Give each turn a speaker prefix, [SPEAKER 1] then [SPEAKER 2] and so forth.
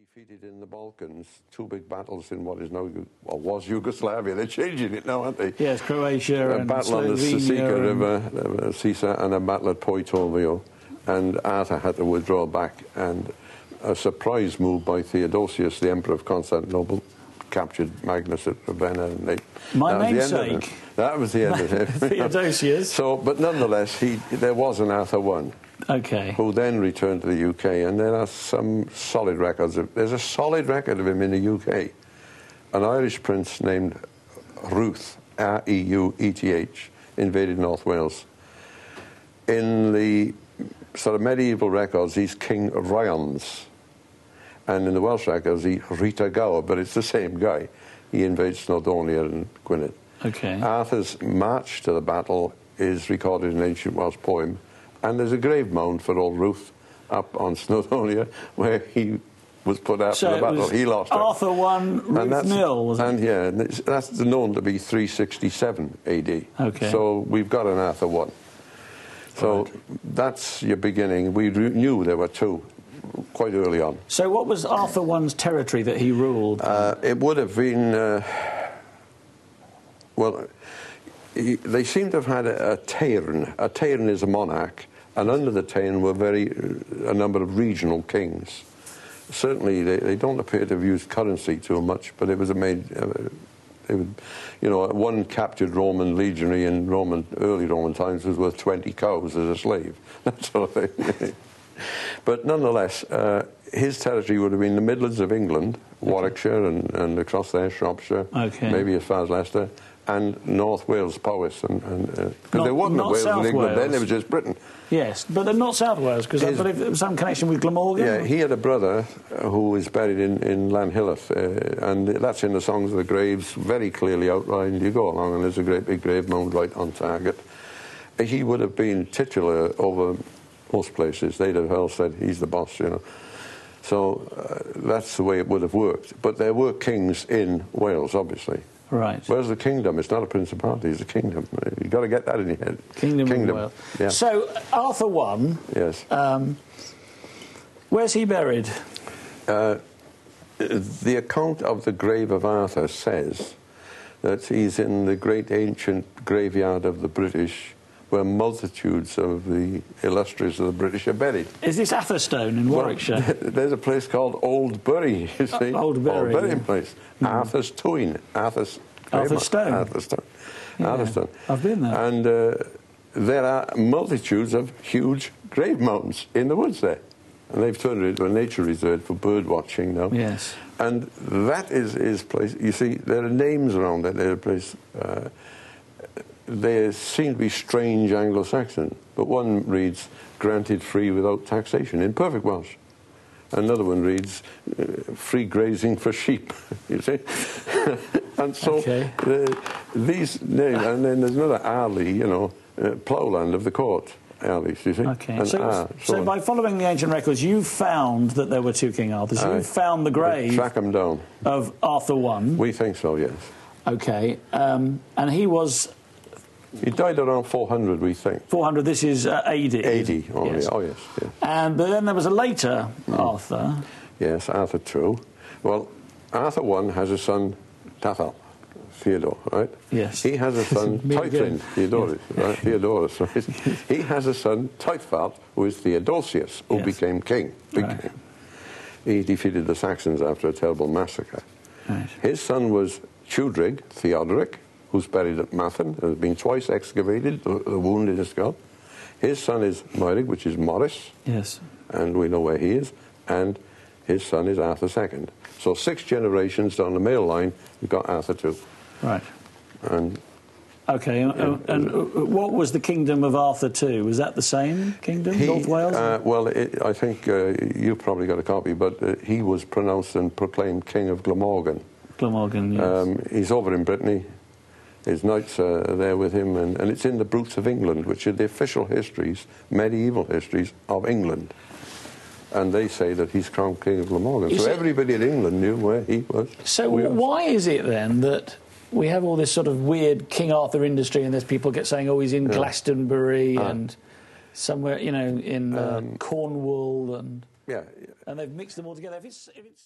[SPEAKER 1] defeated in the Balkans, two big battles in what is now Yug- or was Yugoslavia. They're changing it now, aren't they?
[SPEAKER 2] Yes, Croatia
[SPEAKER 1] A
[SPEAKER 2] and
[SPEAKER 1] battle on the
[SPEAKER 2] Slovenia.
[SPEAKER 1] Sisika
[SPEAKER 2] and-
[SPEAKER 1] River, uh, Sisa, and a battle at Poitovio, and Arta had to withdraw back, and a surprise move by Theodosius, the Emperor of Constantinople, captured Magnus at Ravenna, and they.
[SPEAKER 2] My
[SPEAKER 1] that was the end of
[SPEAKER 2] namesake.
[SPEAKER 1] it. That was the end of it.
[SPEAKER 2] Theodosius.
[SPEAKER 1] So, but nonetheless, he there was an Arthur one
[SPEAKER 2] Okay.
[SPEAKER 1] who then returned to the UK, and there are some solid records. Of, there's a solid record of him in the UK. An Irish prince named Ruth, R E U E T H, invaded North Wales. In the sort of medieval records, he's King of Ryons. And in the Welsh records, he Rita Gower, but it's the same guy. He invades Snowdonia and Gwynedd.
[SPEAKER 2] Okay.
[SPEAKER 1] Arthur's march to the battle is recorded in an ancient Welsh poem, and there's a grave mound for old Ruth up on Snowdonia where he was put after
[SPEAKER 2] So
[SPEAKER 1] the
[SPEAKER 2] it
[SPEAKER 1] battle.
[SPEAKER 2] was
[SPEAKER 1] he lost. it.
[SPEAKER 2] Arthur one, Ruth
[SPEAKER 1] and that's,
[SPEAKER 2] nil, was it?
[SPEAKER 1] and yeah, and it's- that's known to be 367 AD.
[SPEAKER 2] Okay.
[SPEAKER 1] So we've got an Arthur one. So that's your beginning. We re- knew there were two quite early on.
[SPEAKER 2] So, what was Arthur I's territory that he ruled?
[SPEAKER 1] Uh, it would have been, uh, well, he, they seem to have had a, a Tairn. A Tairn is a monarch, and under the Tairn were very uh, a number of regional kings. Certainly, they, they don't appear to have used currency too much, but it was a made. Uh, they would, you know, one captured Roman legionary in Roman early Roman times was worth 20 cows as a slave, that sort of thing. but nonetheless, uh, his territory would have been the Midlands of England, Warwickshire, and, and across there, Shropshire,
[SPEAKER 2] Okay.
[SPEAKER 1] maybe as far as Leicester, and North Wales, Powys, and because uh 'cause
[SPEAKER 2] Not-
[SPEAKER 1] there wasn't a
[SPEAKER 2] not
[SPEAKER 1] Wales
[SPEAKER 2] South
[SPEAKER 1] in England then,
[SPEAKER 2] Wales.
[SPEAKER 1] it was just Britain.
[SPEAKER 2] yes, but they're not South Wales because I
[SPEAKER 1] His-
[SPEAKER 2] believe there was some connection with Glamorgan.
[SPEAKER 1] Yeah, he had a brother uh, who is buried in, in Lanhilleth, uh, and that's in the Songs of the Graves, very clearly outlined. You go along, and there's a great big grave mound right on target. He would have been titular over most places. They'd have all said, he's the boss, you know. So uh, that's the way it would have worked. But there were kings in Wales, obviously.
[SPEAKER 2] Right.
[SPEAKER 1] Where's the kingdom? It's not a principality, it's a kingdom. You've got to get that in your head.
[SPEAKER 2] Kingdom, of Wales.
[SPEAKER 1] Yeah.
[SPEAKER 2] So, Arthur I,
[SPEAKER 1] yes.
[SPEAKER 2] um, where's he buried?
[SPEAKER 1] the account of the grave of Arthur says that he's in the great ancient graveyard of the British, where multitudes of the illustrious of the British are buried.
[SPEAKER 2] Is this Atherstone in
[SPEAKER 1] Well,
[SPEAKER 2] Warwickshire?
[SPEAKER 1] there's a place called Old Bury, you see.
[SPEAKER 2] Old
[SPEAKER 1] Old
[SPEAKER 2] Bury,
[SPEAKER 1] Bury
[SPEAKER 2] yeah. Mm-hmm.
[SPEAKER 1] place. Arthur's Toyn. Arthur's
[SPEAKER 2] Arthur's Stone.
[SPEAKER 1] Arthur's Stone.
[SPEAKER 2] Yeah,
[SPEAKER 1] Arthur's Stone.
[SPEAKER 2] I've been there.
[SPEAKER 1] And uh, there are multitudes of huge grave mounds in the woods there. And they've turned it into a nature reserve for bird watching now.
[SPEAKER 2] Yes.
[SPEAKER 1] And that is his place. You see, there are names around that little place. Uh, they seem to be strange Anglo Saxon, but one reads, granted free without taxation, in perfect Welsh. Another one reads, uh, free grazing for sheep, you see? and so
[SPEAKER 2] Okay.
[SPEAKER 1] the, these names, and then there's another alley, you know, uh, ploughland of the court, alleys, you see?
[SPEAKER 2] Okay.
[SPEAKER 1] And
[SPEAKER 2] So,
[SPEAKER 1] ah,
[SPEAKER 2] so
[SPEAKER 1] on.
[SPEAKER 2] by following the ancient records, you found that there were two King Arthurs. You
[SPEAKER 1] Aye.
[SPEAKER 2] found the
[SPEAKER 1] We
[SPEAKER 2] grave
[SPEAKER 1] Track them down.
[SPEAKER 2] of Arthur I.
[SPEAKER 1] We think so, yes.
[SPEAKER 2] Okay. Um, and he was
[SPEAKER 1] He died around 400, we think.
[SPEAKER 2] 400. This is uh, AD.
[SPEAKER 1] 80, oh Mm. yes,
[SPEAKER 2] Yes.
[SPEAKER 1] oh, yes, yes.
[SPEAKER 2] And but then there was a later Arthur.
[SPEAKER 1] Yes, Arthur II. Well, Arthur I has a son, Tathal, Theodore, right?
[SPEAKER 2] Yes.
[SPEAKER 1] He has a son,
[SPEAKER 2] Me
[SPEAKER 1] Teutlin,
[SPEAKER 2] again.
[SPEAKER 1] Theodorus, right? Theodorus, right? He has a son, Teuthvald, who is Theodosius, who
[SPEAKER 2] Yes.
[SPEAKER 1] became king. big
[SPEAKER 2] Right.
[SPEAKER 1] king. He defeated the Saxons after a terrible massacre.
[SPEAKER 2] Right.
[SPEAKER 1] His son was Tudrig, Theodoric, who's buried at Mathen and has been twice excavated, the, the wound in his skull. His son is Moirig, which is Morris
[SPEAKER 2] Yes.
[SPEAKER 1] and we know where he is, and his son is Arthur II. So six generations down the male line, you've got Arthur II.
[SPEAKER 2] Right.
[SPEAKER 1] And
[SPEAKER 2] Okay. and- And uh, what was the kingdom of Arthur too? Was that the same kingdom,
[SPEAKER 1] he,
[SPEAKER 2] North Wales?
[SPEAKER 1] uh, well, it, I think uh, you've probably got a copy, but uh, he was pronounced and proclaimed King of Glamorgan.
[SPEAKER 2] Glamorgan. Yes.
[SPEAKER 1] Um, he's over in Brittany. His knights are there with him, and, and it's in the Brutes of England, which are the official histories, medieval histories of England. And they say that he's crowned King of Glamorgan.
[SPEAKER 2] Is
[SPEAKER 1] so
[SPEAKER 2] it-
[SPEAKER 1] everybody in England knew where he was.
[SPEAKER 2] So
[SPEAKER 1] We-
[SPEAKER 2] why is it then that we have all this sort of weird King Arthur industry, and there's people get saying, "Oh, he's in Glastonbury and
[SPEAKER 1] Um,
[SPEAKER 2] somewhere, you know, in uh, Cornwall," and
[SPEAKER 1] Yeah.
[SPEAKER 2] and they've mixed them all together. If it's, if it's